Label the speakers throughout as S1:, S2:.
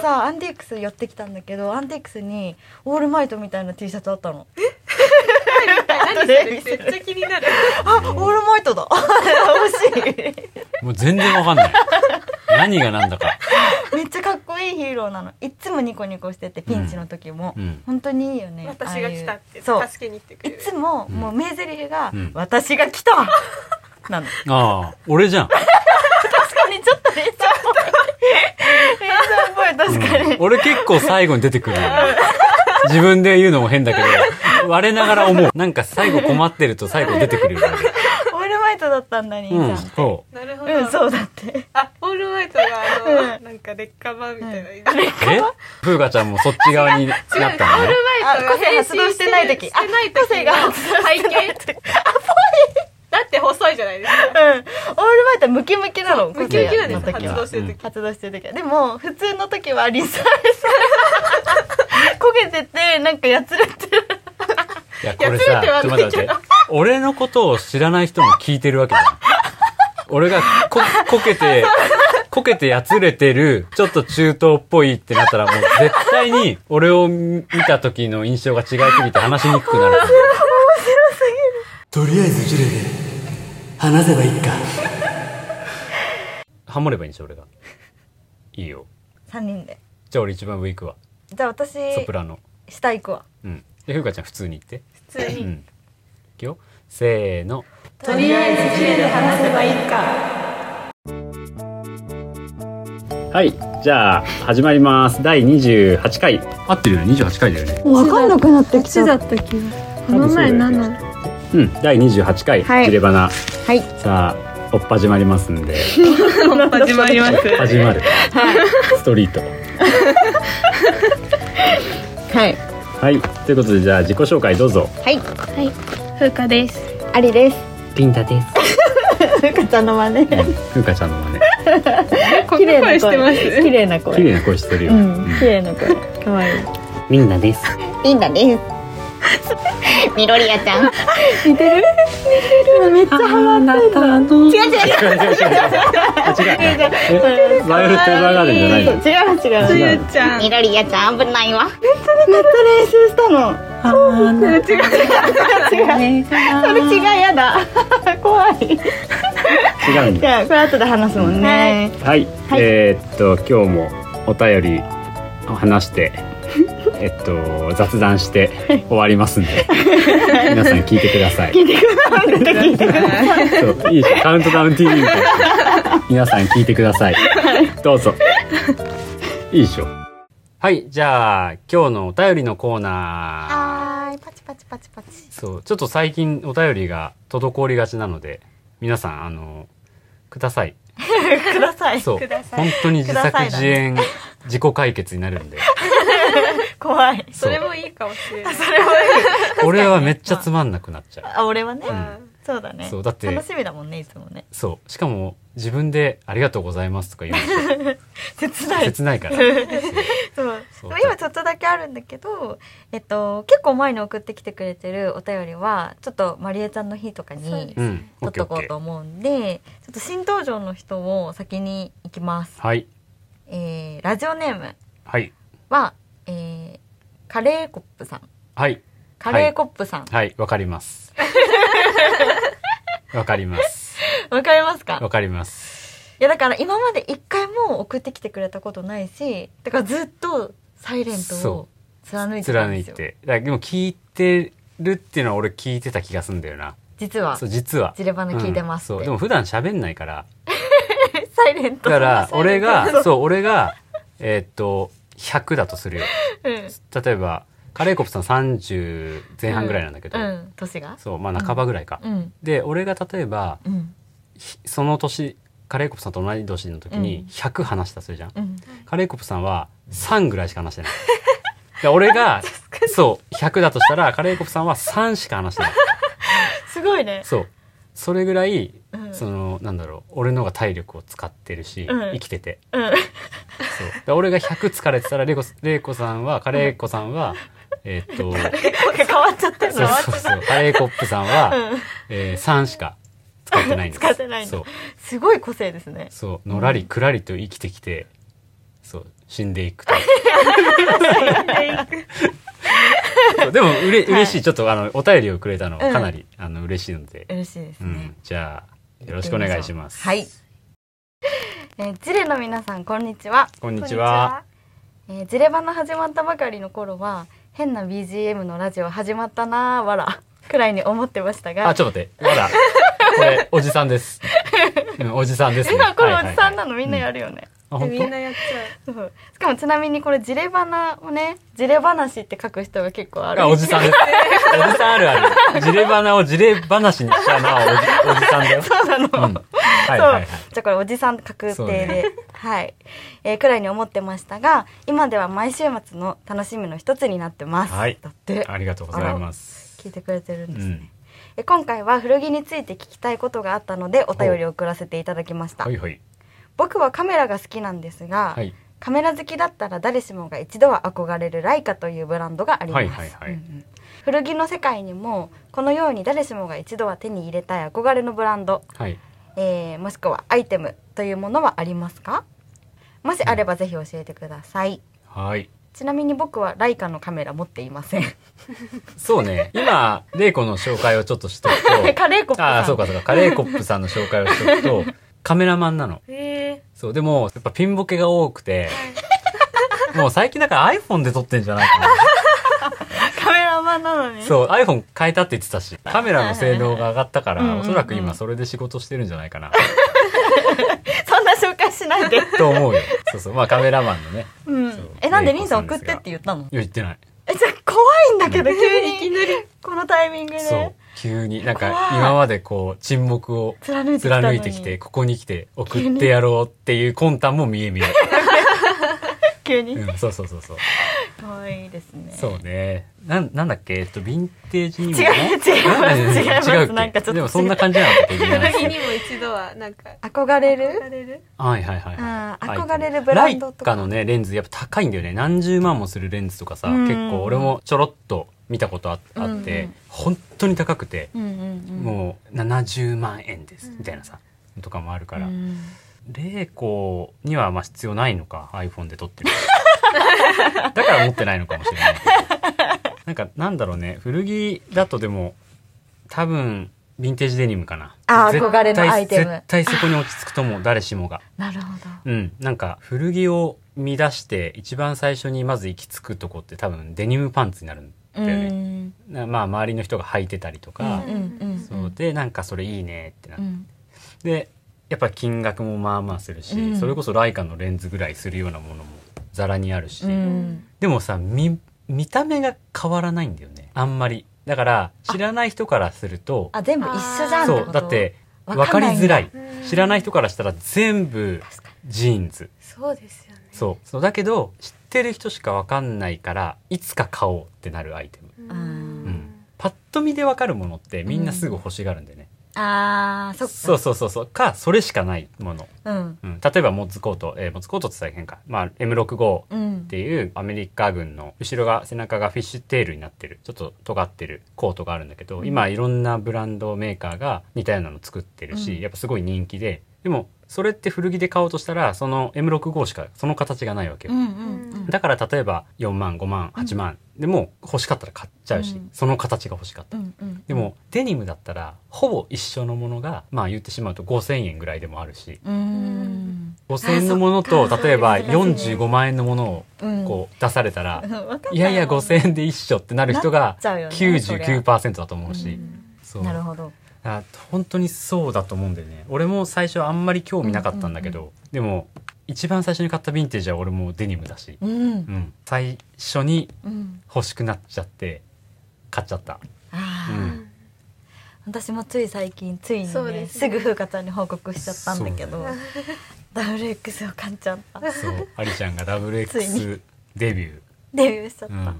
S1: さアンティークス寄ってきたんだけどアンティークスにオールマイトみたいな T シャツあったの
S2: 何 それめっちゃ気にな る
S1: あオールマイト だ欲しい
S3: もう全然わかんない何が何だか
S1: めっちゃかっこいいヒーローなのいっつもニコニコしててピンチの時も、
S3: うん
S1: 本当にいいよね
S2: 私が来たって
S1: ああいうそう
S2: 助けに来てくれ
S1: い
S2: る
S1: つももう名台詞が、
S3: うん
S1: 私が来たなの
S3: ああ俺じゃん、
S1: 確かにちょっとレイちゃんっぽいレイちゃんっぽい確かに、
S3: うん俺結構最後に出てくるよね自分で言うのも変だけど我ながら思うなんか最後困ってると最後出てくるよね
S1: オールマイトだったんだに、
S3: うん
S1: さ
S3: そ
S2: なるほ
S1: う
S2: ど、
S1: んそうだって
S2: あオールマイトがあの、
S1: うん
S2: なんか劣化版みたいな、オール
S3: うえ風花ちゃんもそっち側になったのね
S2: マイト
S1: あ
S2: が
S1: 個性発動してない時
S2: 変身してない時
S1: あ個性が発
S2: の背 景だって細いじゃないですか
S1: うんオールマイトムキムキなの
S2: ムキムキなんです
S1: 個性の時は
S2: 発動してる時、
S1: 発動してる時はでも普通の時はリサーチ焦げててなんかやつれてる
S3: いやこれさ
S2: いやずれては
S3: ちょ
S2: な
S3: っ
S2: い
S3: と
S2: け
S3: 待
S2: ど
S3: って待って俺のことを知らない人も聞いてるわけだよ俺がここけてこけてやつれてるちょっと中東っぽいってなったらもう絶対に俺を見た時の印象が違いすぎて話しにくくなる
S4: とりあえずジュレで話せばいいか
S3: ハモればいいんでしょ俺がいいよ
S1: 3人で
S3: じゃあ俺一番上行くわ
S1: じゃあ私
S3: ソプラノ
S1: 下行くわ
S3: うんで風花ちゃん普通に行って
S2: 普通
S3: う
S2: に、
S3: ん行くよせーの
S1: とりあえずジレで話せばいいか
S3: はいじゃあ始まります第28回合ってるよね28回だよね
S1: 分かんなくなってき
S5: ちだった気がこの前7
S3: うん、第28回、
S5: はい
S3: ジレバナ。
S1: い
S3: さあ、おっぱじまりますんで。
S2: 始まります
S3: 始まる。ストリート。
S1: はい
S3: はい、ということで、じゃあ、自己紹介どうぞ。
S1: はい
S5: 風花です
S1: ありです
S3: ピンタです。
S1: ふうかちゃんの真似
S3: ふうかちゃんの真似。
S2: こ
S1: 綺
S2: んな
S1: 麗な
S2: 声してま
S1: 声
S2: す
S1: 綺麗な声
S3: 綺麗な声してるよ。
S1: うん綺麗な声可愛い
S3: みんなです。
S6: いいんだね。みろりやちゃん。
S1: めっちゃハマってた
S6: 違う
S3: 違
S6: 違う。
S3: う違う違う違う。違う。えバイオレットエヴァーガーデンじゃないの。
S1: 違う違う
S2: つゆち ゃん
S6: みろりやちゃん危ないわ。
S1: めっちゃ練習したの違う違う違うそれ違うやだ 怖い
S3: 違うん
S1: じ
S3: だ。
S1: ゃあこれ後で話すもんね
S3: はい、えーっと、今日もお便り。話 して。えっと、雑談して終わりますん で皆さん聞いてくださいそういいでしょカウントダウン TV みたいな皆さん聞いてくださいどうぞいいでしょはいじゃあ今日のお便りのコーナー
S6: はーい。パチパチパチパチ。
S3: そうちょっと最近お便りが滞りがちなので皆さんあのください
S1: ください
S3: そう
S2: ください
S3: 本当に自
S1: くださ
S3: 作
S1: いだ
S3: 自
S1: ね
S3: 演自己解決になる んで
S1: 怖い
S2: それもいいかもしれない
S3: 俺はめっちゃつまんなくなっちゃ
S1: あ俺はね
S3: うん
S1: そうだね
S3: そうだって
S1: 楽しみだもんねいつもね
S3: うそうしかも自分で「ありがとうございます」とか言う
S1: 切
S3: の
S1: ない
S3: 切ないか ら
S1: そう
S3: そう
S1: でも今ちょっとだけあるんだけど、えっと、結構前に送ってきてくれてるお便りはちょっとまりえちゃんの日とか
S2: そう
S1: に
S2: です
S3: うん
S1: 撮
S3: オッ
S1: っ
S3: ケー
S1: とこ
S3: オッ
S1: う
S3: ケ
S1: と
S3: ー
S1: 思うんでちょっと新登場の人を先に行きます、
S3: はい
S1: えーラジオネーム
S3: はい
S1: は、えーカレーコップさん
S3: はい
S1: カレーコップさんわ、
S3: はい、わか ります。わかります。
S1: かりますか
S3: わかります。
S1: いやだから今まで一回も送ってきてくれたことないしだからずっとサイレントを
S3: そ
S1: 貫いてたん
S3: 貫
S1: で
S3: い
S1: すよ
S3: て。だからでも聞いてるっていうのは俺聞いてた気がすんだよな。
S1: 実は
S3: そう、実は。
S1: ジレバナ聞いてます
S3: う
S1: っ
S3: んそう、
S1: て、
S3: でも普段喋んないから。
S1: サイレント
S3: だから、俺
S1: そ
S3: が、
S1: う
S3: そう、俺が、えーっと、100だとするよ。
S1: うん
S3: 例えば、カレーコプさん30前半ぐらいなんだけど、
S1: うん、年が
S3: そう、まあ半ばぐらいか。
S1: うん
S3: で、俺が例えば、
S1: うん
S3: ひその年、カレーコプさんと同じ年の時
S1: うん
S3: に100話したとするじゃん。
S1: うん
S3: カレーコプさんは3ぐらいしか話してない。で俺 が、そう、100だとしたら、カレーコプさんは3しか話してない。
S1: すごいね
S3: そう。それぐらい、
S1: うん
S3: その、なんだろう、俺の方が体力を使ってるし、
S1: うん
S3: 生きてて。
S1: うん
S3: そう。で俺が100疲れてたら、レイコ、レイコさんは、カレーコさんは、えーっと、
S1: 変わっちゃってる
S3: そう
S1: 変わっち
S3: そ
S1: ゃ
S3: う
S1: って
S3: そう、カレーコップさんは、
S1: るうん
S3: えー3しか使ってないんです。
S1: 使ってないんだ
S3: そう。
S1: すごい個性ですね
S3: そう、のらりくらりと生きてきて、そう、 死んでいくと。そうでもうれ嬉しいちょっとあのお便りをくれたのかなり、あの嬉しいので、
S1: 嬉しいです
S3: う
S1: ね、
S3: ん、じゃあよろしくお願いします。
S1: はい。えー、ジレの皆さんこんにちは。
S3: こんにちは。
S1: えー、ジレバナ始まったばかりの頃は変な BGM のラジオ始まったなーわらくらいに思ってましたが、
S3: あちょっと待ってまだこれおじさんです。うんおじさんです、ね。
S1: 今これおじさんなの、みんなや
S3: る。
S1: るよね。
S3: あ本
S2: みんなやっち
S1: そうしかもちなみにこれジレバナをねジレ話って書く人が結構あ
S3: 当
S1: る。
S3: あおじさんです。おじさんあるある。ジレバナをジレ話にしちゃうなおじおじさんだよ。
S1: そうなの。
S3: うん。はいはいはい。
S1: そうじゃあこれおじさん確定
S3: そ
S1: で、
S3: うね
S1: はい、えーくらいに思ってましたが今では毎週末の楽しみの一つになってます、
S3: はい
S1: だって
S3: ありがとうございます。
S1: 聞いてくれてるん
S3: う
S1: ですね、
S3: ん。
S1: え今回は古着について聞きたいことがあったのでお便りを送らせていただきました、
S3: はいはい。
S1: 僕はカメラが好きなんですが、
S3: はい。
S1: カメラ好きだったら誰しもが一度は憧れるライカというブランドがあります、
S3: はいはいは
S1: う
S3: い
S1: んうん古着の世界にもこのように誰しもが一度は手に入れたい憧れのブランド
S3: はい。
S1: えーもしくはアイテムというものはありますかもしあればぜひ教えてください
S3: はい。
S1: ちなみに僕はライカのカメラ持っていません
S3: そうね。今、レイコの紹介をちょっとしとくと。
S1: カレーコップさん
S3: ああ、そうかそうか。カレーコップさんの紹介をしとくと、 カメラマンなの。
S2: ゃう。え
S3: そう、でも、やっぱピンボケが多くて、もう最近だから iPhone で撮ってんじゃないかな。
S1: カメラマンなのに
S3: そう、iPhone 変えたって言ってたし、カメラの性能が上がったか
S1: うんうん
S3: ら、
S1: うん
S3: おそらく今それで仕事してるんじゃないかな、
S1: そんな紹介しないで
S3: と思 うよ。 そうそう。まあカメラマンのね。
S1: うん
S3: そう
S1: えなんで
S3: レイ
S1: リ
S3: コ
S1: ンさん
S3: さん
S1: 送
S3: で
S1: っ
S3: す
S1: て
S3: が
S1: って言ったの
S3: いや、言ってない。
S1: えじゃあ怖いんだ けど急にいきなりこのタイミングで
S3: そう。急に、なんか
S1: 怖い
S3: 今までこう、沈黙を
S1: 貫いてきたの
S3: 貫
S1: に
S3: いてきて、ここに来て送ってやろうっていう魂胆も見え見え。
S1: 急に
S3: うん、そうそうそうそう。
S1: 可愛、いですね
S3: そうね。なん、なんだっけ、えっと、ヴィンテージにも、
S1: 違う違います違
S3: ん
S1: います
S3: 違うっけ
S1: なんかちょっと
S3: でもそんな感じなんだっけ、ヴ ィンテ
S2: ー、
S3: ージ
S2: 時にも一度はなんか
S1: 憧れる
S2: され る。
S3: はいはいはい
S1: あ
S3: はい。
S1: ー憧れるブランドとか
S3: ライカのね、レンズやっぱ高いんだよね。何十万もするレンズとかさ、
S1: うん
S3: 結構俺もちょろっと見たことああ
S1: うんう
S3: っ
S1: ん
S3: て、本当に高くて、
S1: うんうんうん
S3: もう70万円です、みたいなさ、とかもあるから。
S1: うん
S3: レイコにはまあ必要ないのか iPhone で撮ってる だから持ってないのかもしれないなんかなんだろうね古着だとでも多分ヴィンテージデニムかな
S1: あー
S3: 絶
S1: 憧れの
S3: 対
S1: アイテム
S3: 絶対そこに落ち着くと思う誰しもが
S1: なるほど
S3: うんなんか古着を見出して一番最初にまず行き着くとこって多分デニムパンツになるんだよね、
S1: ん
S3: なまあ周りの人が履いてたりとか、
S1: うんうんうん
S3: そうでなんかそれいいねってなって
S1: うん
S3: でやっぱ金額もまあまあするし、
S1: うん
S3: それこそライカのレンズぐらいするようなものもざらにあるし、
S1: うん
S3: でもさ見見た目が変わらないんだよねあんまりだから知らない人からすると
S1: あ全部一緒じゃんって
S3: そ
S1: こと
S3: うだって
S1: わ
S3: 分
S1: か
S3: か
S1: ん
S3: り
S1: ないんだ
S3: づらい
S2: うん
S3: 知らない人からしたら全部ジーンズ
S2: そうですよね。
S3: そうそうだけど知ってる人しか分かんないからいつか買おうってなるアイテ
S2: う
S3: ム、うん
S2: ん。
S3: パッと見で分かるものってみんなすぐ欲しがるんだよね、
S1: あーそっか
S3: そうそうそうそうかそれしかないもの
S1: うん
S3: うん、例えばモッズコート、えーモッズコートって大変か、まあ、M65 っ
S1: うん
S3: ていうアメリカ軍の後ろが背中がフィッシュテールになってるちょっと尖ってるコートがあるんだけど、今いろんなブランドメーカーが似たようなの作ってるし、
S1: うん
S3: やっぱすごい人気ででもそれって古着で買おうとしたらその M65 しかその形がないわけ
S1: う
S3: よ、
S1: んうんうん
S3: だから例えば4万5万8万、でも欲しかったら買っちゃうし、
S1: うん
S3: その形が欲しかった
S1: うんうん
S3: でもデニムだったらほぼ一緒のものがまあ言ってしまうと5,000円ぐらいでもあるし、
S1: うん
S3: 5000円のものと例えば45万円のもの
S1: うん
S3: をこう出されたら、
S1: わかんない
S3: やいや5000円で一緒ってなる人
S1: なっ
S3: が
S1: ちゃうよね
S3: 99%だと思うし、そう
S1: なるほど
S3: あ本当にそうだと思うんだよね俺も最初あんまり興味なかったんだけど、でも一番最初に買ったヴィンテージは俺もデニムだし、
S1: うん
S3: うん最初に
S1: うん
S3: 欲しくなっちゃって買っちゃった、
S1: あ
S3: う
S1: ー
S3: ん、
S1: 私もつい最近ついに
S2: そう
S1: ね
S2: です
S1: す
S2: ね
S1: ぐ風花ちゃんに報告しちゃったんだけど
S3: そう
S1: WX を買っちゃった
S3: そうアリちゃんが
S1: ついに
S3: WX デビュー、
S1: デビューしちゃっ
S3: う
S1: た
S3: ん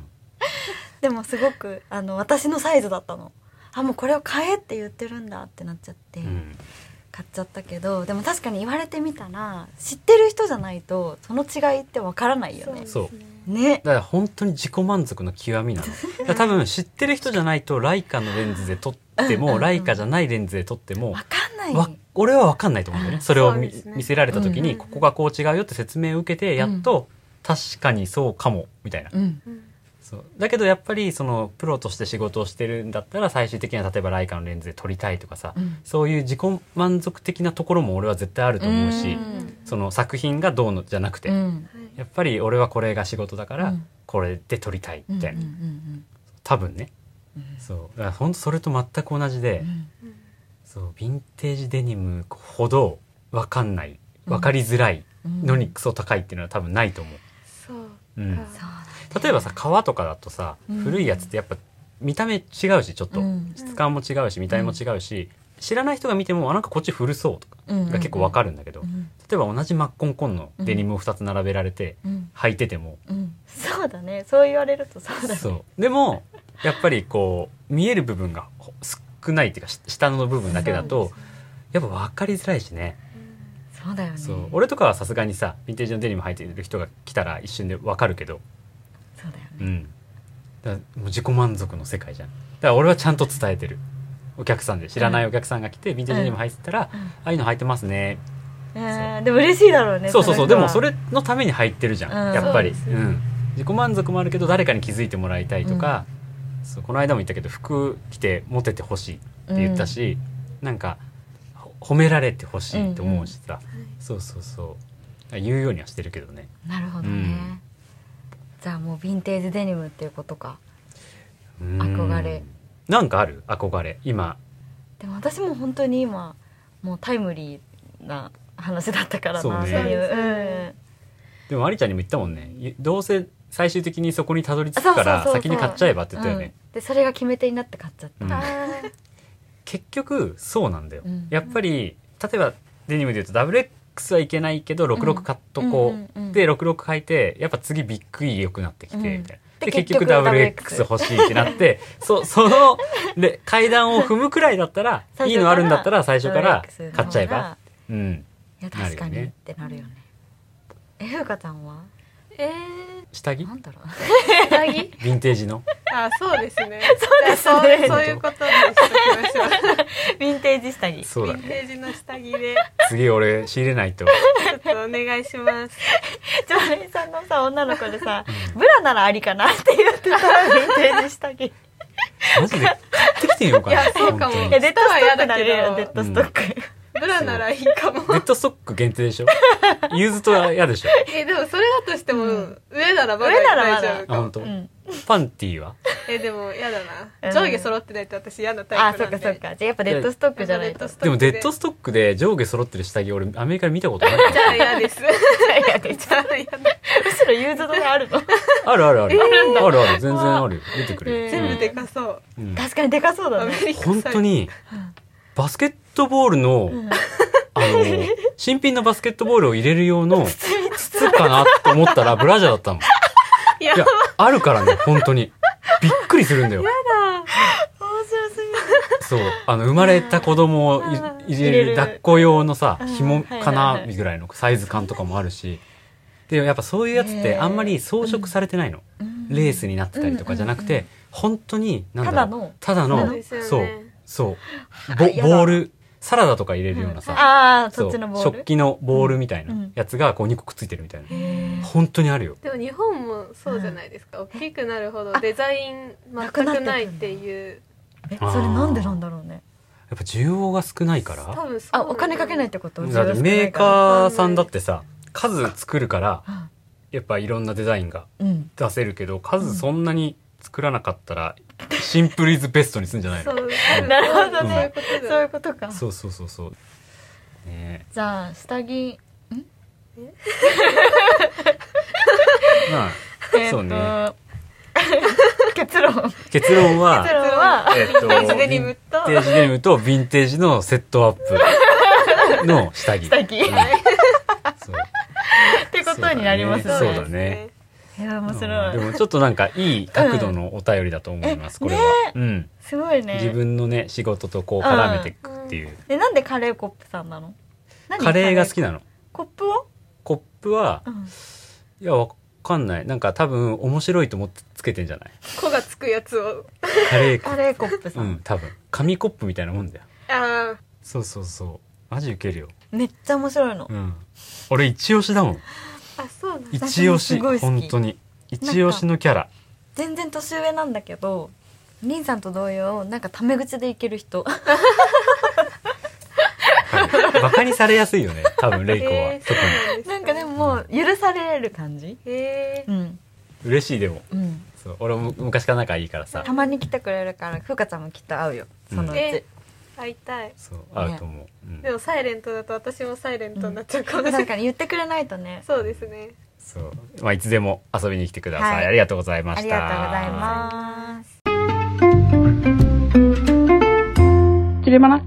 S1: でもすごくあの私のサイズだったのあもうこれを買えって言ってるんだってなっちゃって
S3: うん、
S1: 買っちゃったけどでも確かに言われてみたら知ってる人じゃないとその違いってわからないよね
S3: そう
S1: ね
S3: だから本当に自己満足の極みなの。だから多分知ってる人じゃないとライカのレンズで撮って
S1: うんうんう
S3: も
S1: ん
S3: ライカじゃないレンズで撮っても
S1: わかんない
S3: わ俺は分かんないと思うんだよね。それを
S2: そう
S3: み
S2: ですね
S3: 見せられた
S1: う
S3: 時
S1: んうんう
S3: に
S2: ん
S3: ここがこう違うよって説明を受けてやっと確かにそうかもみたいな、
S2: うん
S3: そうだけどやっぱりそのプロとして仕事をしてるんだったら最終的には例えばライカのレンズで撮りたいとかさ、
S2: うん
S3: そういう自己満足的なところも俺は絶対あると思うし、その作品がどうのじゃなくて、
S2: うん
S3: やっぱり俺はこれが仕事だから
S2: うん
S3: これで撮りたいみたいな、
S2: うんうん
S3: 多分ね、そうだから本当それと全く同じで、
S2: ん
S3: そうヴィンテージデニムほど分かんない分かりづらいのにクソ高いっていうのは多分ないと思う。
S6: そう
S3: うん
S6: か
S3: 例えばさ革とかだとさ、
S2: うん
S3: 古いやつってやっぱ見た目違うしちょっと、
S2: うん
S3: 質感も違うし見た目も違うし、知らない人が見てもあなんかこっち古そうとか
S2: うんうん
S3: が結構わかるんだけど、
S2: うん
S3: 例えば同じマッコンコンのデニムを2つ並べられて
S2: うん
S3: 履いてても、
S2: うん
S1: そうだねそう言われるとそうだね
S3: そうでもやっぱりこう見える部分がほ少ないっていうかし下の部分だけだとやっぱ分かりづらいしね、
S1: そうだよね
S3: そう俺とかはさすがにさヴィンテージのデニム履いてる人が来たら一瞬で分かるけど
S1: そうだよね
S3: うん、だからもう自己満足の世界じゃんだから俺はちゃんと伝えてるお客さんで知らないお客さんが来て、ヴィンテージにも入ってたら、ああいうの入ってますね、
S1: えーでも嬉しいだろうね
S3: そうそうそうで
S1: の人
S3: も
S1: は
S3: それのために入ってるじゃん、
S2: うん
S3: やっぱりう、
S6: そ
S3: ん、自己満足もあるけど誰かに気づいてもらいたいとか、そうこの間も言ったけど服着てモテてほしいって言ったし、なんかほ褒められてほしいと思うしさ、そうそうそう言うようにはしてるけどね
S1: なるほどね、
S3: うん
S1: じゃあもうヴィンテージデニムっていうことか
S3: うん
S1: 憧れ
S3: なんかある憧れ今
S1: でも私も本当に今もうタイムリーな話だったからな
S3: そうね
S1: そういう、
S6: そう
S1: うん、
S3: でもありちゃんにも言ったもんねいどうせ最終的にそこにたどり着
S1: あそう
S3: く
S1: そ
S3: か
S1: うそう
S3: ら
S1: そう
S3: 先に買っちゃえばって言ったよね、
S1: うんでそれが決め手になって買っちゃった、
S3: うん結局そうなんだよ、
S1: うん
S3: やっぱり例えばデニムで言うと WX はいけないけど66買っとこ
S1: うんうんうんう
S3: うんで66履いてやっぱ次ビッグ E 良くなってきて
S1: うん
S3: みたいな
S1: で
S3: で結局
S1: 結局
S3: WX 欲しいってなって そそのれ階段を踏むくらいだったらい
S1: 最初から
S3: いのあるんだったら最初から
S1: WX の方が
S3: 買っちゃえばうん
S1: いや確か
S3: なるよ
S1: にっ
S3: ね
S1: てなるよねえふうかちゃんは
S2: え
S3: 下着
S1: なんだろう
S2: ー、下着
S3: ヴィンテージの
S2: あそうですね
S1: そうですね
S2: じゃあそうそういうことでしときましょう
S1: ヴィンテージ下着
S3: そ
S2: ヴ
S3: うだ
S2: ィン
S3: ね
S2: テージの下着で
S3: 次俺仕入れない と
S2: ちょっとお願いし ます
S1: 常連さんのさ女の子でさブラならありかなって言ってたヴィンテージ下着
S3: マジで買ってきてみようかな。
S2: いやそうかも
S3: 本当
S1: え
S3: に
S1: デッドストックだけど
S2: 下は
S1: デ
S2: 嫌だけど
S1: ッドストック、
S2: ブラならいいかも
S3: デッドストック限定でしょユーズとは嫌でしょ
S2: えでもそれだとしても、上ならまだ
S1: 上ならまだ
S2: 大丈夫
S3: あ、
S2: か
S3: 本
S2: も
S3: 当、
S1: ん
S3: パンティーは
S2: えでもやだな、
S1: うん
S2: 上下揃ってないと私嫌なタ
S1: あ
S2: イプ
S1: そ
S2: な
S1: っ
S2: んで
S1: かそっかじゃあやっぱデッドストックじゃないと
S2: やっぱ
S3: でもデッ
S2: デッ
S3: ド
S2: ド
S3: ストックで上下揃ってる下着俺アメリカで見たことな い
S2: じゃあ嫌です
S1: いやで
S2: じゃあ嫌だ
S1: むしろユーズドがあるの
S3: あるあるある、あるある全然あるよ出てくれる、
S1: えー
S2: 全部でかそう
S3: うん
S1: 確かにでかそうだ
S2: ア
S1: ね
S2: メリカ
S3: 本当にバスケットボールの、あの新品のバスケットボールを入れる用の筒かなと思ったらブラジャーだったのい
S2: いや
S3: やあるからね本当にびっくりするんだよ
S1: 面白すぎる
S3: そう、あの、生まれた子供をい入れ
S1: 入れ
S3: る
S1: る
S3: 抱っこ用のさ
S1: うん、
S3: 紐か
S1: はいは
S3: ない
S1: はい
S3: ぐらいのサイズ感とかもあるし、で、やっぱそういうやつって
S1: へー
S3: あんまり装飾されてないの。レースになってたりとかじゃなくて、本当に、なんだろうただ
S2: そう
S3: の
S2: ですよ、ね
S3: そう、そう、ボ
S1: やだ
S3: ボール、サラダとか入れるようなさ、
S1: ああ
S3: そ
S1: そうっちのボール
S3: 食器のボールみたいうなんやつがこう2個くっついてるみたいな。本当にあるよ。
S2: でも日本もそうじゃないですか、大きくなるほどデザイン全くないっていう
S1: えそれなんでなんだろうね
S3: やっぱ需要が少ないから。
S2: 多分そう
S1: あお金かけないってこと
S3: だってメー
S1: ー
S3: カーさんだってさ数作るから
S1: ん
S3: やっぱいろんなデザインが
S1: うん
S3: 出せるけど数そんなに作らなかったらシンプルイズベストにすんじゃない
S2: そ
S3: の
S2: う
S1: なるほど
S2: そういう
S1: ね
S2: ことだ
S1: そういうことか
S3: そうそうそうそうね
S1: じゃあ下着
S3: えまあそうね
S1: え ーっと結論結
S3: 結論は
S1: 論は
S3: えっと
S2: ヴィンテージデニムと
S3: ヴィンテージデニムとヴィンテージのセットアッ プの下着
S1: 下着
S3: うんそう
S1: ってことになります
S3: そうだ
S1: ね
S3: ねいや
S1: 面白い
S3: でもちょっとなんかいい角度のお便りだと思います
S1: うん
S3: これはうん
S1: すごいね
S3: 自分のね仕事とこう絡めていくっていう、
S1: えなんでカレーコップさんなの何
S3: カレーが好きなの
S1: コップを
S3: コップは、
S1: ん
S3: いやわかんないなんか多分面白いと思ってつけてんじゃ ない
S2: 子がつくやつを
S3: カレーコ
S1: カ
S3: ッ
S1: レーコップ
S3: プ
S1: さ
S3: うんん多分紙コップみたいなもんだよ
S2: ああ
S3: そうそうそうマジウケるよ、
S1: めっちゃ面白いの
S3: うん、俺一押しだもん
S2: あそうなん
S3: 一押
S1: 私
S3: し
S1: もすごい好き
S3: 本当に一押しのキャラ
S1: 全然年上なんだけど凛さんと同様なんかタメ口でいける人
S3: はいバカにされやす いよね多分レイコは
S2: えー
S3: 特に
S2: そ
S1: な
S2: うなんん
S1: か
S2: か
S1: で
S2: ね
S1: ももう許される感じ
S2: えー
S1: うん
S3: 嬉しいでも
S1: うん
S3: そう俺も昔から仲いいからさ
S1: たまに来てくれるからふうかちゃんもきっと会うよそのうち、
S2: え会いたい
S3: そう合うと思う、うん
S2: でもサイレントだと私もサイレントになっちゃうかもしれな、
S1: ないんか言ってくれないとね
S2: そうですね
S3: そうまあいつでも遊びに来てください、
S1: はい
S3: ありがとうございま
S1: あ
S3: し
S1: り
S3: た
S1: がとうございます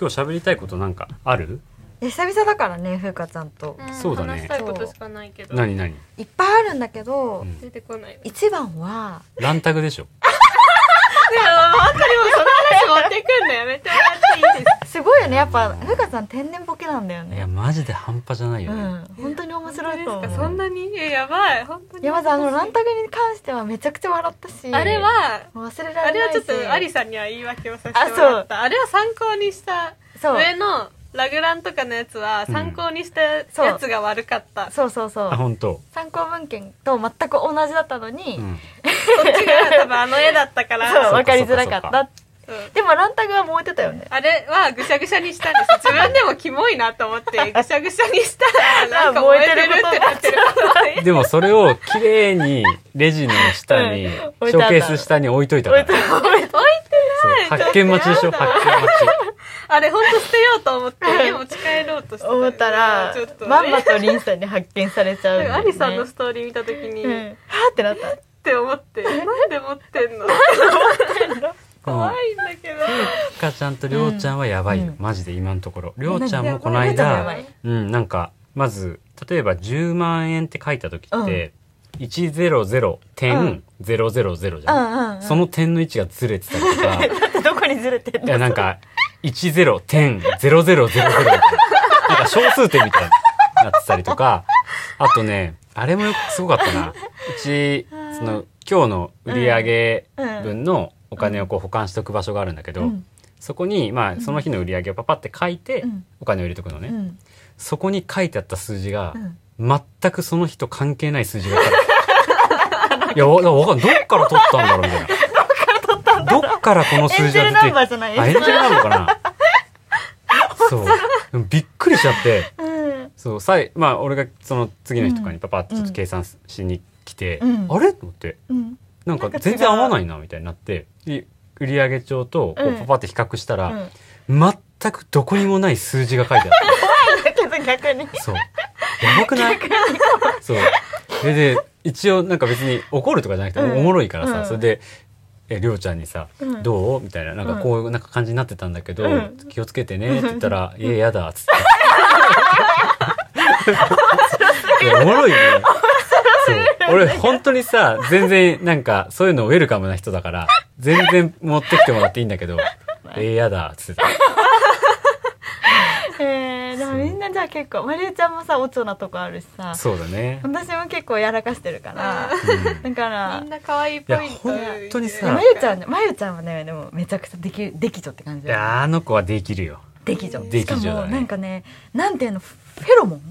S3: 今日喋りたいことなんかある
S1: いや久々だからねふうかちゃんと
S2: ん
S3: そうだね
S2: 話したいことしかないけど
S3: 何何
S1: いっぱいあるんだけど、
S3: うん
S2: 出てこないわ
S1: 一番は
S3: ランタグでしょ
S2: いや本当にもうその話持ってくんのやめてもらっていいですか
S1: すごいよねやっぱふうかちゃん天然ボケなんだよ
S3: い
S1: ね
S3: やマジで半端じゃないよ
S1: う
S3: ね、
S1: ん本当に面白いと
S2: 本当で
S1: 思
S2: すか
S1: う
S2: そんなにえやばい本当に
S1: いやまずあのランタグに関してはめちゃくちゃ笑ったし
S2: あれは
S1: 忘れら
S2: あ
S1: れ
S2: れ
S1: な
S2: はい
S1: し
S2: ちょっとアリさんには言い訳をさせてもらったあれは参考にした
S1: そう
S2: 上のラグランとかのやつは参考にしたやつが悪かった、そ
S1: そうそうそう
S3: あ本当、
S1: 参考文献と全く同じだったのに、
S3: うん、
S2: っちが多分あの絵だったか
S1: そ
S2: ら
S1: う
S3: うか
S1: 分かりづらかっ
S3: そ
S1: た
S3: うか
S2: そう
S1: でもランタグは燃えてたよね
S2: あれはぐしゃぐしゃにしたんです自分でもキモいなと思ってぐしゃぐしゃにしたらなんか燃えてるってなってる
S3: でもそれを綺麗にレジの下に、
S1: うん
S3: シ
S1: 置いてあ
S3: ョ
S1: った
S3: ーケース下に置いといたからそう発見待ちでしょ発 見待
S2: あれ本当捨てようと思って家持ち帰ろうとして
S1: 思ったら、
S2: ちょっとね
S1: まんまとリンさんに発見されちゃう、
S2: なんかアリさんの
S1: ね
S2: ストーリー見た時に、
S1: うん、
S2: っ
S1: はーってなった
S2: て思ってなんで持ってんの
S3: ちこの
S2: 怖いんだけど
S3: ふかちゃんとりょうちゃんはやばい
S1: う
S3: よ、
S1: ん
S3: マジで今のところりょうちゃんもこの
S1: なんでや
S3: 間
S1: ばい
S3: うんなんかまず例えば10万円って書いた時って、
S1: うん
S3: 100.000じゃん、
S1: うん、うん、
S3: その点の位置がずれてたり とか
S1: だってどこにずれてん
S3: い
S1: の
S3: やなんか10.0000みたいななんか小数点みたいになってたりとかあとねあれもよくすごかったなうちその今日の売り上げ分のお金をこう保管しておく場所があるんだけど、
S1: うん
S3: そこにまあその日の売り上げをパパって書いて
S1: うん
S3: お金を入れとくのね、
S1: うん
S3: そこに書いてあった数字が
S1: うん
S3: 全くその日と関係ない数字が書いてあるいやわわかんどっから取ったんだろうみたいなどっからこの
S1: エ
S3: 数
S1: ン
S3: 字
S1: ジェ
S3: が
S1: ル
S3: 出
S1: ナン
S3: てきた
S1: バーじゃない
S3: あ、エ
S1: で
S3: ン
S1: す
S3: ジェルなのかなそう。でもびっくりしちゃって、
S1: うん
S3: そう、さい、まあ、俺がその次の日とかにパパってちょっと計算ししに来て、
S1: うん
S3: あれと思って、
S1: うん
S3: なん
S1: な
S3: か
S1: んか違う
S3: 全然合わないな、みたいになって、い売上帳とこう
S1: うん
S3: パパって比較した
S1: う
S3: ら、
S1: ん
S3: 全くどこにもない数字が書いてあっ
S1: だけど逆に
S3: た。そう。やばくないそう。それで、一応なんか別に怒るとかじゃなくて、
S1: うん
S3: おもろいからさ、
S1: うん
S3: それで、え、りょうちゃんにさ、
S1: うん
S3: どうみたいな、なんかこういうなんか感じになってたんだけど、
S1: うん
S3: 気をつけてねって言ったら、いや、やだ、つって。いや、おもろいね。そう。俺、本当にさ、全然、なんか、そういうのウェルカムな人だから、全然持ってきてもらっていいん だけど、え、やだ、つってた。
S1: えー、でもみんなじゃあ結構まりえちゃんもさおちょなとこあるしさ
S3: そうだね。
S1: 私も結構やらかしてるから
S3: うん
S1: だから
S2: みんな可愛いポイント
S3: いや本当にさ
S1: まゆちゃんねまゆちゃんはねでもめちゃくちゃできできちょって感じ
S3: い
S1: だよね
S3: や、あの子はできるよ。
S1: できちょ
S3: できちょだね
S1: しかもなんかねなんていうのフェロモンフ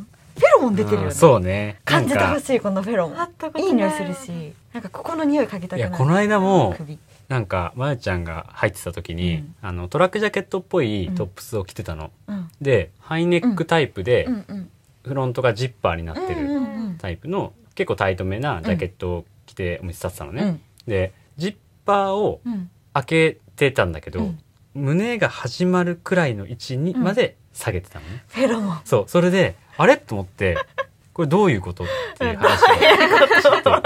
S1: ェロモン出てるよね、
S3: うんそうね。
S1: 感じて
S3: なん
S1: ほ
S3: か
S1: しいこのフェロモ
S2: 会った
S1: ン
S2: ことない
S1: いい匂いするしなんかここの匂い嗅ぎたく
S3: い
S1: な
S3: や
S1: る
S3: この間も
S1: 首
S3: なんかまゆちゃんが入ってた時に、
S1: うん
S3: あのトラックジャケットっぽいトップスを着てたの、
S1: うん
S3: でハイネックタイプで、
S1: うんうん
S3: フロントがジッパーになって
S1: うんう
S3: る
S1: んうん
S3: タイプの結構タイトめなジャケットを着てお店立ってたのね、
S1: うん
S3: でジッパーを
S1: うん
S3: 開けてたんだけど、
S1: うん
S3: 胸が始まるくらいの位置に
S1: うん
S3: まで下げてたのね、
S1: フェロモン
S3: そうそれであれと思ってこれどういうことっていう話をちょっと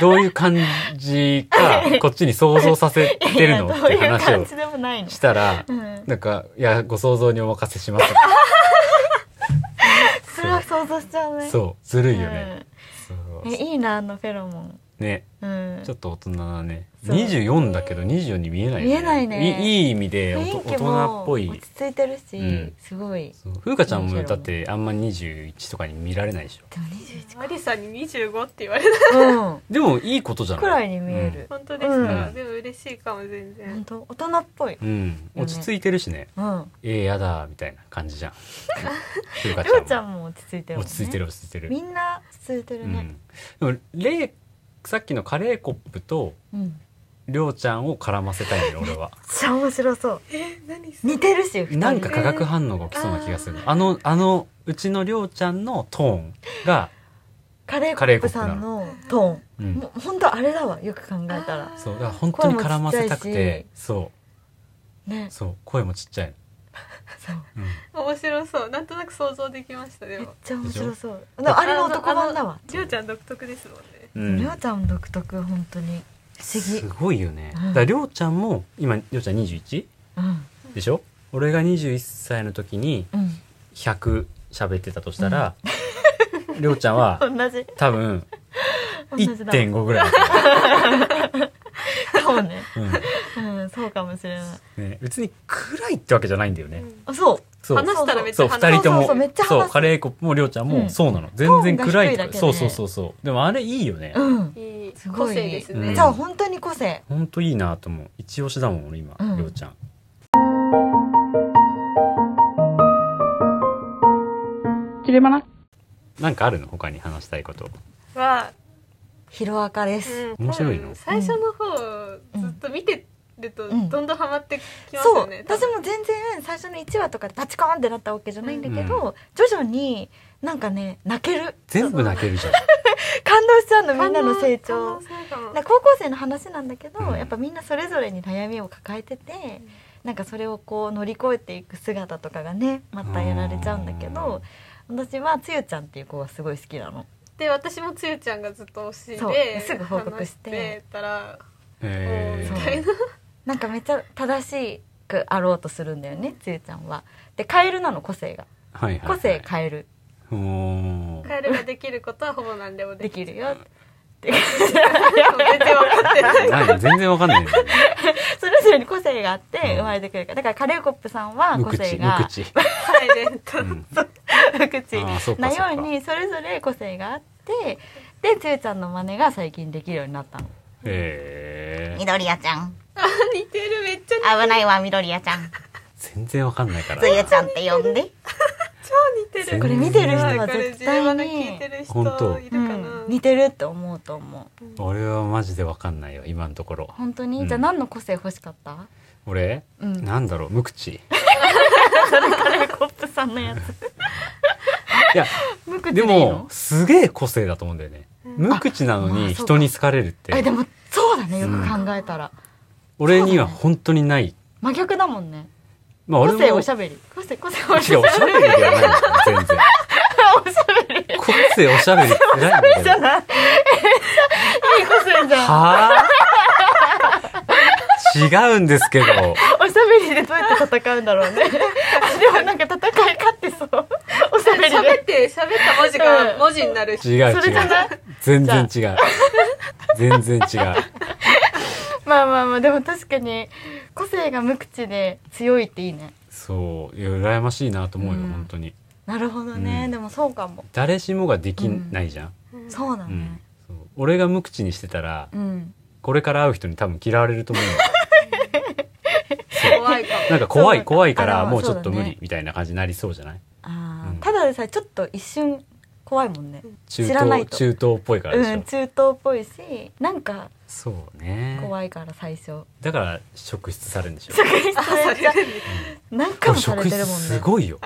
S3: どういう感じ かこっちに想像させてるのっていう
S1: い やどういう
S3: 話
S1: 感
S3: を
S1: じでもないの
S3: したら、
S1: うん
S3: なんか、いや、ご想像にお任せします。
S1: それは想像しちゃうね
S3: そう、ずるいよね。そう
S1: えいいなあのフェロモン
S3: ね
S1: うん
S3: ちょっと大人だね
S1: そう
S3: 24だけど24に見えないよ
S1: 見えないね
S3: いいい意味でおと
S1: 雰囲
S3: 大
S1: 気も
S3: 人っぽい
S1: 落ち着いてるし、
S3: うん
S1: すごい
S3: そう風花ちゃんも
S1: 面白い
S3: だってあんま21とかに見られないでしょ
S1: でも
S2: マリさんに25って言われた
S1: 21
S3: でもいいことじゃ
S1: うん
S3: ない
S1: くらいに見える、
S2: 本当ですか、
S3: うん
S2: でも嬉しいかも全然
S1: 本当大人っぽい
S3: うん、うん落ち着いてるしね
S1: うん
S3: えー、やだみたいな 感じじゃん
S1: りょうち
S3: 風花ち
S1: ゃ
S3: ゃん
S1: んも落ち着いてるもん、ね、
S3: も落ち着いてる落ち着いてる
S1: みんな落ち着いてるね
S3: うん、でもレイさっきのカレーコップと
S1: うん、
S3: りょうちゃんを絡ませたいのよ俺 は
S1: めっちゃ面白そう
S2: え何それ
S1: 似てるし二人
S3: なんか化学反応が起きそうな気がするのあのあのうちのりょうちゃんのトーンが、
S1: カレーコ
S3: カレー
S1: ッ
S3: コ
S1: プ
S3: ップ
S1: さ
S3: なの
S1: んのト
S3: う
S1: ーン
S3: ん
S1: も、う本当あれだわよく考えたら
S2: あ
S3: そうだから本当に絡ませたく
S1: 声もちっちゃい
S3: てそ
S1: ね
S3: うそう声もちっちゃい
S1: そう
S3: の、
S2: 面白そうなんとなく想像できましたで
S1: めっ
S2: も
S1: ちゃ面白そうでもあれの男版だわ
S2: りょうちゃん独特ですもんね
S3: うん
S1: りょうちゃん独特本当に不思議
S3: すごいよね、
S1: うん
S3: だからりょうちゃんも今りょうちゃん 21?
S1: うん
S3: でしょ俺が21歳の時に
S1: うん
S3: 100喋ってたとしたら、りょうちゃ んは
S1: 同じ
S3: 多分
S1: 同じだ
S3: 1.5ぐらいだと思う
S1: かもね
S3: うん
S1: うんそうかもしれない
S3: ね、別に暗いってわけじゃないんだよね。
S2: うん
S1: あそう
S3: そう
S2: 話したらめっち
S3: そう
S2: ゃ話
S3: 二人とも
S1: そうそうそうめっちゃ話す
S3: そうカレーコップもりょうちゃん
S1: う
S3: も
S1: ん
S3: そうなの、全然暗い
S1: トーンが低い
S3: と
S1: だ
S3: か
S1: けで
S3: そうそうそうそうでもあれいいよね、
S1: うん
S2: いい
S1: す
S2: 個
S1: ごい
S2: 性です
S3: う
S2: ね、
S3: ん
S1: じゃあ本当に個性
S3: ほんといいなと思う一押しだもん俺今、
S1: うん
S3: りょうちゃん
S7: 切れまな
S3: なんかあるの他に話したいこと
S2: は、
S1: ヒロアカで
S2: う
S1: す
S2: ん
S3: 面白いの
S2: 多分最初の方、ずっと見てると
S1: うん
S2: どんどんハマってきます
S1: そ
S2: よ
S1: う
S2: ね、
S1: 私も全然最初の1話とかでパチコーンってなったわけじゃないんだけ
S3: う
S1: ど徐々になんかね泣ける
S3: 全部泣け るじゃん
S1: 感動しちゃうの
S2: 多分
S1: みんなの成
S2: 感
S1: 長
S2: 動するか
S1: な
S2: も
S1: んか高校生の話なんだけど、
S3: うん
S1: やっぱみんなそれぞれに悩みを抱えてて、なんかそれをこう乗り越えていく姿とかがねまたやられちゃうんだけど私はつゆちゃんっていう子がすごい好きなの。
S2: で私もつゆちゃんがずっと推し
S1: そ
S2: で
S1: うすぐ報告して
S2: 話たら
S3: へ
S1: そう
S3: え
S1: なんかめっちゃ正しくあろうとするんだよねつゆちゃんは。でカエルなの個性が
S3: はいはい、は
S1: 個
S3: い、
S1: 性カエル
S3: おー
S2: カエルができることはほぼ何でも
S1: で
S2: でき
S1: き
S2: る
S1: るよって
S2: 全然分かってない
S3: 何全然わかんないね
S1: それぞれに個性があって
S3: うん
S1: 生まれてくるからだからカレーコップさんは
S3: 無
S1: 個
S3: 口
S1: 性
S3: 無
S1: が
S3: 口、
S2: サイレント、
S3: うん、
S1: 無口
S3: あーそうか
S1: な
S3: そうか
S1: ようにそれぞれ個性があってでつゆちゃんの真似が最近できるようになったの
S3: へえ
S6: 緑屋ちゃん。
S2: 似てるめっちゃ
S6: 危ないわ、緑屋ちゃん。
S3: 全然わかんないから
S6: つゆちゃんって呼んで。
S2: 似てる
S1: これ見てる人は
S2: これ
S1: 絶
S2: 自分
S1: 対
S2: の聞い
S1: に
S2: て、る人
S3: 本当
S2: いる
S1: う
S2: かな、
S1: ん、似てるって思うと思う
S3: 俺はマジでわかんないよ今のところ
S1: 本当
S3: う
S1: に
S3: ん
S1: じゃあ何の個性欲しかった
S3: 俺、
S1: うん
S3: なんだろう 無口
S1: カレーコップさんのやつ
S3: いや
S1: 無口で
S3: で
S1: いいの
S3: もすげえ個性だと思うんだよね、無口な
S1: あ
S3: の
S1: まあ
S3: に
S1: そうか
S3: 人に好かれるって、
S1: えでもそうだねよく考えたら、
S3: 俺には本当にない、
S1: 真逆だもんね
S3: まあ俺
S1: 個
S3: も
S1: 性おしゃべり個性個性おし
S3: 違
S1: ゃ
S3: うお
S1: べ
S3: しゃべりではないよ全 然個性おしゃべりって何
S1: り
S3: だ
S1: じゃ
S3: よ
S1: ないいい個性じゃん
S3: はあ違うんですけど
S1: おしゃべりでどうやって戦うんだろう ねでもなんか戦い勝ってそうおしゃ べり
S2: 喋っ
S1: で
S2: て喋った文字が文字になる人
S3: 違う違う
S1: それじゃない
S3: 全然違う全然違う
S1: まあまあまあでも確かに個性が無口で強いっていいね
S3: そういや羨ましいなと思うよ、
S1: うん
S3: 本当に
S1: なるほど
S3: ね
S1: ね、
S3: うん
S1: でもそうかも
S3: 誰しもができないじゃん、
S1: そうだ
S3: うん
S1: ね
S3: そう俺が無口にしてたら
S1: うん、
S3: これから会う人に多分嫌われると思うよ
S2: 怖いか
S3: なんか怖い怖いか
S1: あ
S3: ら
S1: の
S3: もうちょっ
S1: そ
S3: と
S1: うだ
S3: 無
S1: ね
S3: 理みたいな感じになりそうじゃない
S1: あー
S3: うん
S1: ただでさえちょっと一瞬怖いもんね
S3: 中
S1: 知らない
S3: 東
S1: と
S3: 中東っぽいから
S1: う
S3: でしょ、
S1: ん中東っぽいしなんか
S3: そうね
S1: 怖いから最初
S3: だから職質されるんでしょ
S1: 職質されちゃう何回もされ
S3: 職
S1: て
S3: 質
S1: るもん
S3: す
S1: ね
S3: ごいよ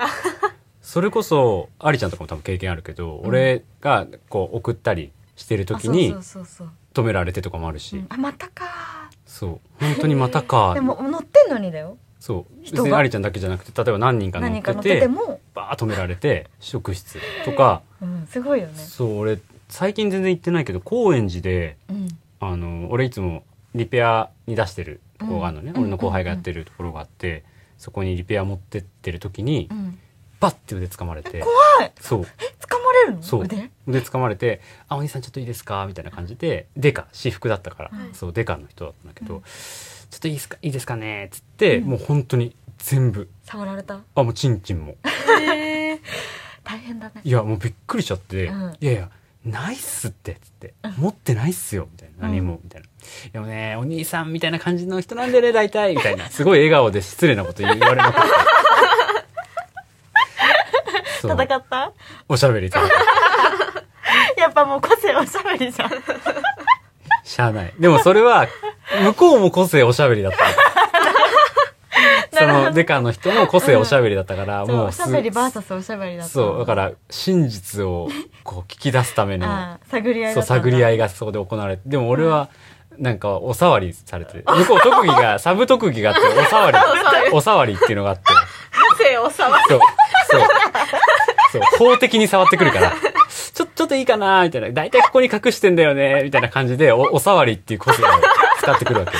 S3: それこそありちゃんとかも多分経験あるけど、俺がこう送ったりしてる時に
S1: あそうそうそうそう
S3: 止められてとかもあるし、
S1: うんあまたか
S3: そう本当にまたか
S1: ーでも乗ってんのにだよ
S3: そう
S1: 人が
S3: 別にありちゃんだけじゃなくて例えば何人か乗
S1: 何
S3: って
S1: か乗
S3: て
S1: ってても、
S3: バーッ止められて 職質とか、
S1: うん、すごいよね
S3: そう俺最近全然行ってないけど高円寺で
S1: うん
S3: あの俺いつもリペアに出してるところがあるのね、
S1: うん
S3: 俺の後輩がやってるところがあって、そこにリペア持ってってる時に、
S1: うん
S3: バッて腕掴まれて
S1: はい
S3: そ
S1: 掴
S3: う
S1: まれるの
S3: そう
S1: 腕
S3: で掴まれて「あお兄さんちょっといいですか?」みたいな感じでデカ私服だったから、
S1: はい
S3: そうデカの人だったんだけど「ちょっといいですかいいですかね」っつって、もう本当に全部
S1: 触られた
S3: あもうチンチンも
S1: 大変だね
S3: いやもうびっくりしちゃって「
S1: うん
S3: いやいやないっすって」っつって「持ってないっすよ」みたいな「何も」みたいな「でもねお兄さんみたいな感じの人なんでね大体」みたいなすごい笑顔で失礼なこと言われなかったそう
S1: 戦った
S3: おしゃべりとか
S1: やっぱもう個性おしゃべりじゃん
S3: しゃあない。でもそれは、向こうも個性おしゃべりだっ た。そのデカの人も個性おしゃべりだったから、
S1: そう
S3: も
S1: お
S3: う
S1: し
S3: す
S1: ゃべりバーサスおしゃべりだった
S3: そう、だからら真実をこう聞き出すための、
S1: 探り合い
S3: そ
S1: だ
S3: う、
S1: ったんだ
S3: 探り合いがそこで行われて、でも俺は、なんかおさわりされて、向こう特技 が、サブ特技があって、おさわり、おさわりっていうのがあって、
S2: 性を 触る
S3: そう、そう。そう、法的に触ってくるから、ちょ、ちょっといいかなみたいな。大体ここに隠してんだよねみたいな感じで、お、おさわりっていう個性を使ってくるわけ。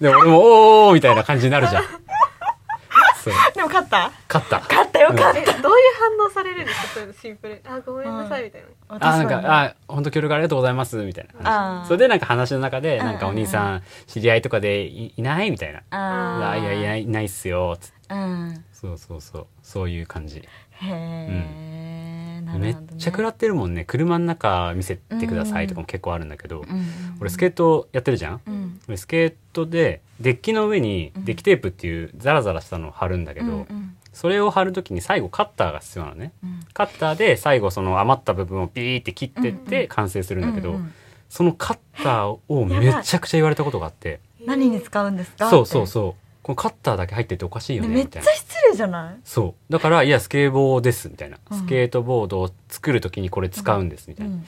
S3: で、俺も、おーみたいな感じになるじゃん。そう、
S1: でも勝った
S3: 勝った。
S1: 勝ったよ勝った、
S2: えどういう反応されるんですかそういうのシンプルにあごめんなさいみたいな、
S3: あ、なん
S1: 私
S3: か
S1: は、ね
S3: あ、本当協力ありがとうございます、みたいな
S1: あー
S3: 話。それでなんか話の中で、
S1: んうん
S3: なんかお兄さん、知り合いとかでいいないみたいな。
S1: あ
S3: あ
S1: あ
S3: いやいや、いないっすよ、つって
S1: うん
S3: そうそうそう。そういう感じ。
S1: へえ、なるほ
S3: めっ
S1: どね
S3: ちゃ食らってるもんね。車の中見せてくださいとかも結構あるんだけど。
S1: うん
S3: 俺スケートやってるじゃん、
S1: うんうん
S3: 俺スケートでデッキの上にデッキテープっていうザラザラしたのを貼るんだけど、
S1: うん
S3: それを貼る時に最後カッターが必要なのね
S1: うん
S3: カッターで最後その余った部分をビーって切ってって完成するんだけど、
S1: うんうん
S3: そのカッターをめちゃくちゃ言われたことがあって
S1: 何に使うんですか
S3: そうそう
S1: う
S3: そうこのカッターだけ入ってておかしいよね
S1: めっち
S3: みた
S1: ゃ
S3: いな
S1: 失礼じゃない
S3: そうだからいやスケボーですみたいな、
S1: うん
S3: スケートボードを作る時にこれ使うんですみたいな、い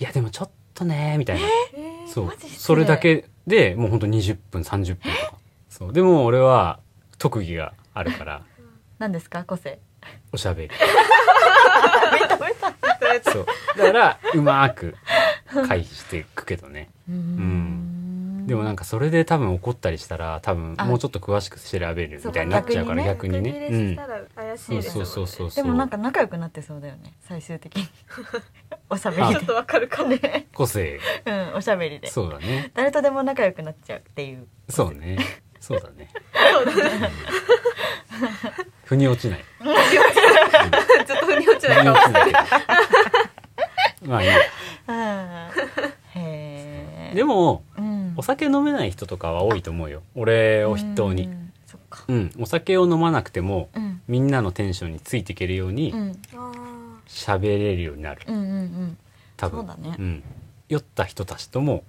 S3: やでもちょっとねみたいなそう
S1: マジ失礼
S3: それだけでもうほんと20分30分とかそうでも俺は特技があ るから
S1: 何ですか個性
S3: おし ゃべり
S2: それ
S3: そうだからうまく回避していくけどね
S1: う
S3: うんでもなんかそれで多分怒ったりしたら多分
S1: あ
S3: もうちょっと詳しく調べる
S1: そう
S3: みたいになっちゃうから
S1: 逆
S3: 逆に
S2: に
S3: ね
S2: 練習したら怪し
S3: う
S2: い
S3: ん
S2: です
S3: そ
S2: も
S3: うんそうそう
S2: ね
S3: そ
S1: で
S3: う
S1: もなんか仲良くなってそうだよね最終的に おしゃべり
S3: あ
S2: ちょっとわかるかね
S3: 個性
S1: でうんおしゃべりで
S3: そうだね
S1: 誰とでも仲良くなっちゃうっていう
S3: そうねそうだね腑に落ちない
S2: ちょっと腑に落ちない
S3: 腑に
S2: かも
S3: 落ちないまあいいや
S1: うんへえ
S3: でも
S1: うん
S3: お酒飲めない人とかは多いと思うよ俺を筆頭に
S1: うんそっか
S3: うん、お酒を飲まなくても
S1: うん
S3: みんなのテンションについていけるように
S1: うん
S3: 喋れるようになる
S1: うんうんうん
S3: 多分
S1: そうだね
S3: ん、酔った人たちとも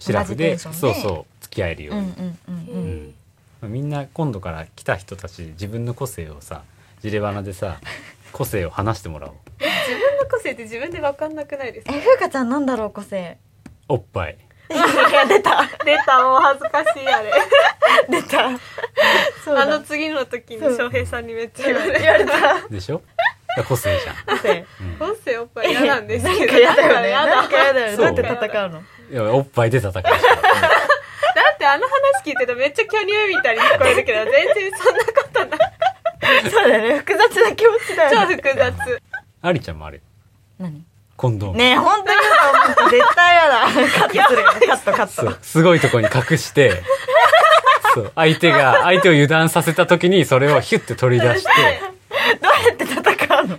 S3: シラフで
S1: 同じテンショ
S3: そ
S1: ン
S3: う
S1: で
S3: そう付き合えるよ
S1: う
S3: うん
S1: う
S3: に、
S1: んうんう
S3: うん
S1: ん
S3: みんな今度から来た人たち自分の個性をさジレバナでさ個性を話してもらおう
S2: 自分の個性って自分でわかんなくないですか
S1: え風花ちゃんなんだろう個性
S3: おっぱい
S1: 出た
S2: 出たもう恥ずかしいあれ
S1: 出たそう
S2: あ
S1: だ
S2: の次の時に
S1: そう
S2: 翔平さんにめっちゃ言われる
S3: でしょだから個性じゃ
S1: 個性
S2: 個性おっぱい嫌なんですけど
S1: なんか嫌だよね
S2: やだ
S1: なんか嫌だよね
S3: そう
S1: なんて戦うの
S3: んいやおっぱいで戦うしかない
S2: だってあの話聞いてたらめっちゃ巨乳みたいに聞こえるけど全然そんなことない
S1: そうだよね複雑な気持ちだ
S2: 超
S1: よね
S2: 複雑
S3: ありちゃんもあるよ
S1: 何
S3: コンドーム、
S1: ねえ本当に嫌だ思った絶対嫌だカットするよねカットカッ
S3: そ
S1: ト
S3: うすごいとこに隠して、そう、相手が、相手を油断させた時にそれをヒュッて取り出して、
S1: どうやって戦うの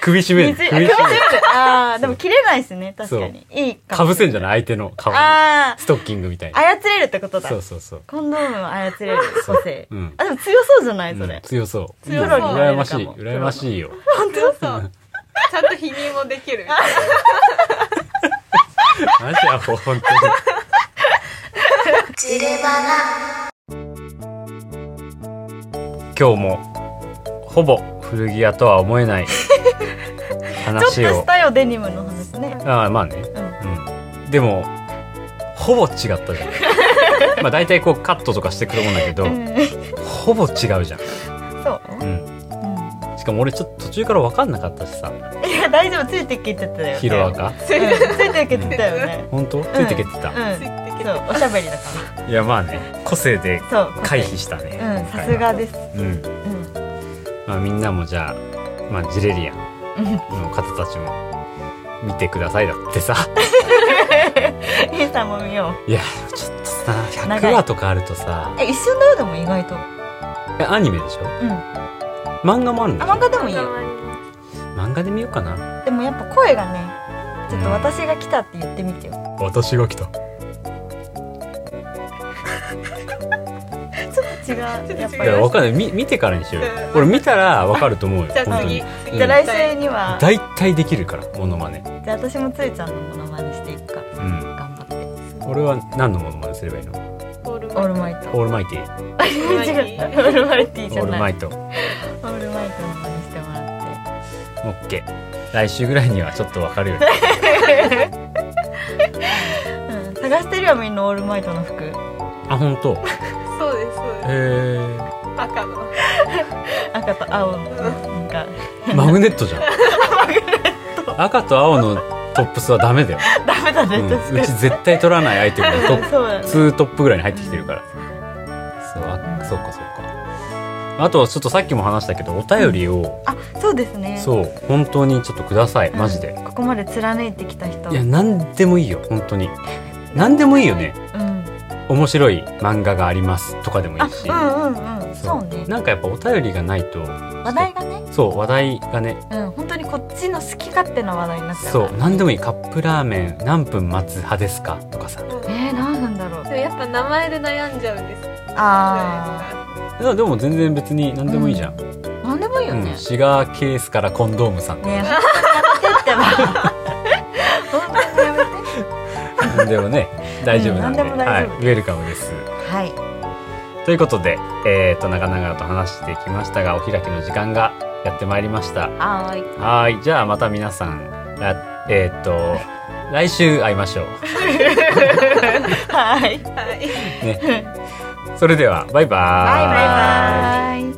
S3: 首絞める。
S1: 水あ首絞めるああでも切れないしね確かにいい
S3: かぶせんじゃ
S1: ない
S3: ない相手の顔に。
S1: あ
S3: ストッキングみたい
S1: あ
S3: な。
S1: 操れるってことだ
S3: そうそうそう。
S1: コンドームを操れる個性
S3: うん
S1: あでも強そうじゃないそ
S3: うん
S1: れ
S3: 強そう。
S1: 強
S2: そう
S3: うん
S2: にな
S1: れ
S3: 羨
S1: る
S3: まし
S1: か
S3: い。
S1: も
S3: 羨ましいよ。
S2: 本当そうちゃんと否認もできる
S3: マジアホ、本当に。今日も、ほぼ古着屋とは思 えない
S1: ちょっと
S3: 話を
S1: し。たよデニムの話ね
S3: ああまあね、うんでもほぼ違った じゃんまあ大体こうカットとかしてくるもんだけど、
S1: うん
S3: ほぼ違うじゃん、
S1: そう
S3: うん、
S1: う
S3: しかも俺ちょっと途中から分かんなかったしさ
S1: んいや大丈夫ついてきてたよ
S3: ヒロアカ
S1: ついてきてたよね
S3: 本当ついてけてた、
S1: うんそうおしゃべりだか
S3: いやまあね個性で
S1: らそう
S3: 回避したね、
S1: うん
S3: 今
S1: さ
S3: 回
S1: す
S3: は
S1: がです
S3: うん
S1: うん
S3: まあみんなもじゃあ、まあ、ジレリアンの方たちも見てくださいだっ てさ
S1: インスタも見よ
S3: いやちょっとさ
S1: 長
S3: 100
S1: い
S3: 話とかあるとさ
S1: うえ一瞬だよでも意外と
S3: えアニメでしょ
S1: うん
S3: 漫画もあるん
S1: あ
S3: だ
S1: 漫画でもいいよ
S3: 漫画で見ようかな
S1: でもやっぱ声がねちょっと私が来たって言ってみてよ
S3: 私が来た
S1: 違うやっ
S3: いや
S1: ぱ
S3: わかんないみ見てからにしようよ俺見たらわかると思うよ
S2: じゃ
S3: 本
S2: あ
S3: 当
S2: 次
S3: に
S2: 次
S1: りじゃあ来週にはじ
S3: 大体できるからモノマネ
S1: ゃあ私もつゆちゃんのモノマネしていくから
S3: うん
S1: 頑張って
S3: 俺は何のモノマネすればいいの
S2: オール
S1: オール
S2: マ
S1: マ
S2: イ
S1: イト
S3: オールマイティ
S1: 違う オールマイティ
S3: オ
S1: じゃ
S3: ール
S1: な
S3: マ
S1: い
S3: イトオ
S1: オールマイトの真似してもらっ
S3: ッケー来週ぐらいにはちょっとわかるよね
S1: て、うん、探してるよみんなオールマイトの服
S3: あ本当
S2: そうですそうで
S3: へえ
S2: す赤の
S1: 赤と青のなんか
S3: マグネットじゃん赤と青のトップスはダ メだよ、
S1: ダメだね、
S3: うん
S1: 確か
S3: う
S1: に
S3: ち絶対取らないアイテムがトップ
S1: そうだね
S3: 2トップぐらいに入ってきてるからそうあそうかそうかあとはちょっとさっきも話したけどお便りを、
S1: あそうですね
S3: そう本当にちょっとください
S1: うん
S3: マジで、
S1: ここまで貫いてきた人
S3: いや何でもいいよ本当に何でもいいよね
S1: うん
S3: 面白い漫画がありますとかでもい
S1: あ
S3: いし、
S1: うんうんうんそうね
S3: なんかやっぱお便りがないと
S1: 話題がね
S3: そう話題がね
S1: うん本当にこっちの好き勝手な話題になっちゃう
S3: そう何でもいいカップラーメン何分待つ派ですかとかさ
S1: えー、何分だろう
S2: でもやっぱ名前で悩んじゃうんです
S1: あ
S3: いやでも全然別に何でもいいじゃん、
S1: ーなんでもいいよ
S3: うん
S1: ね、
S3: シガーケースからコンドームさん
S1: ねえ本当にやめてっ てば本当にやめて
S3: 何でもね大丈夫なんで,、
S1: うん何でも大丈夫
S3: はい、ウェルカムです
S1: はい
S3: ということで、えー、と長々と話してきましたがお開きの時間がやってまいりました
S1: あーい
S3: はいじゃあまた皆さんらえっ、と来週会いましょう
S1: はい
S2: はい
S3: それではバイバーイ
S1: バイバイ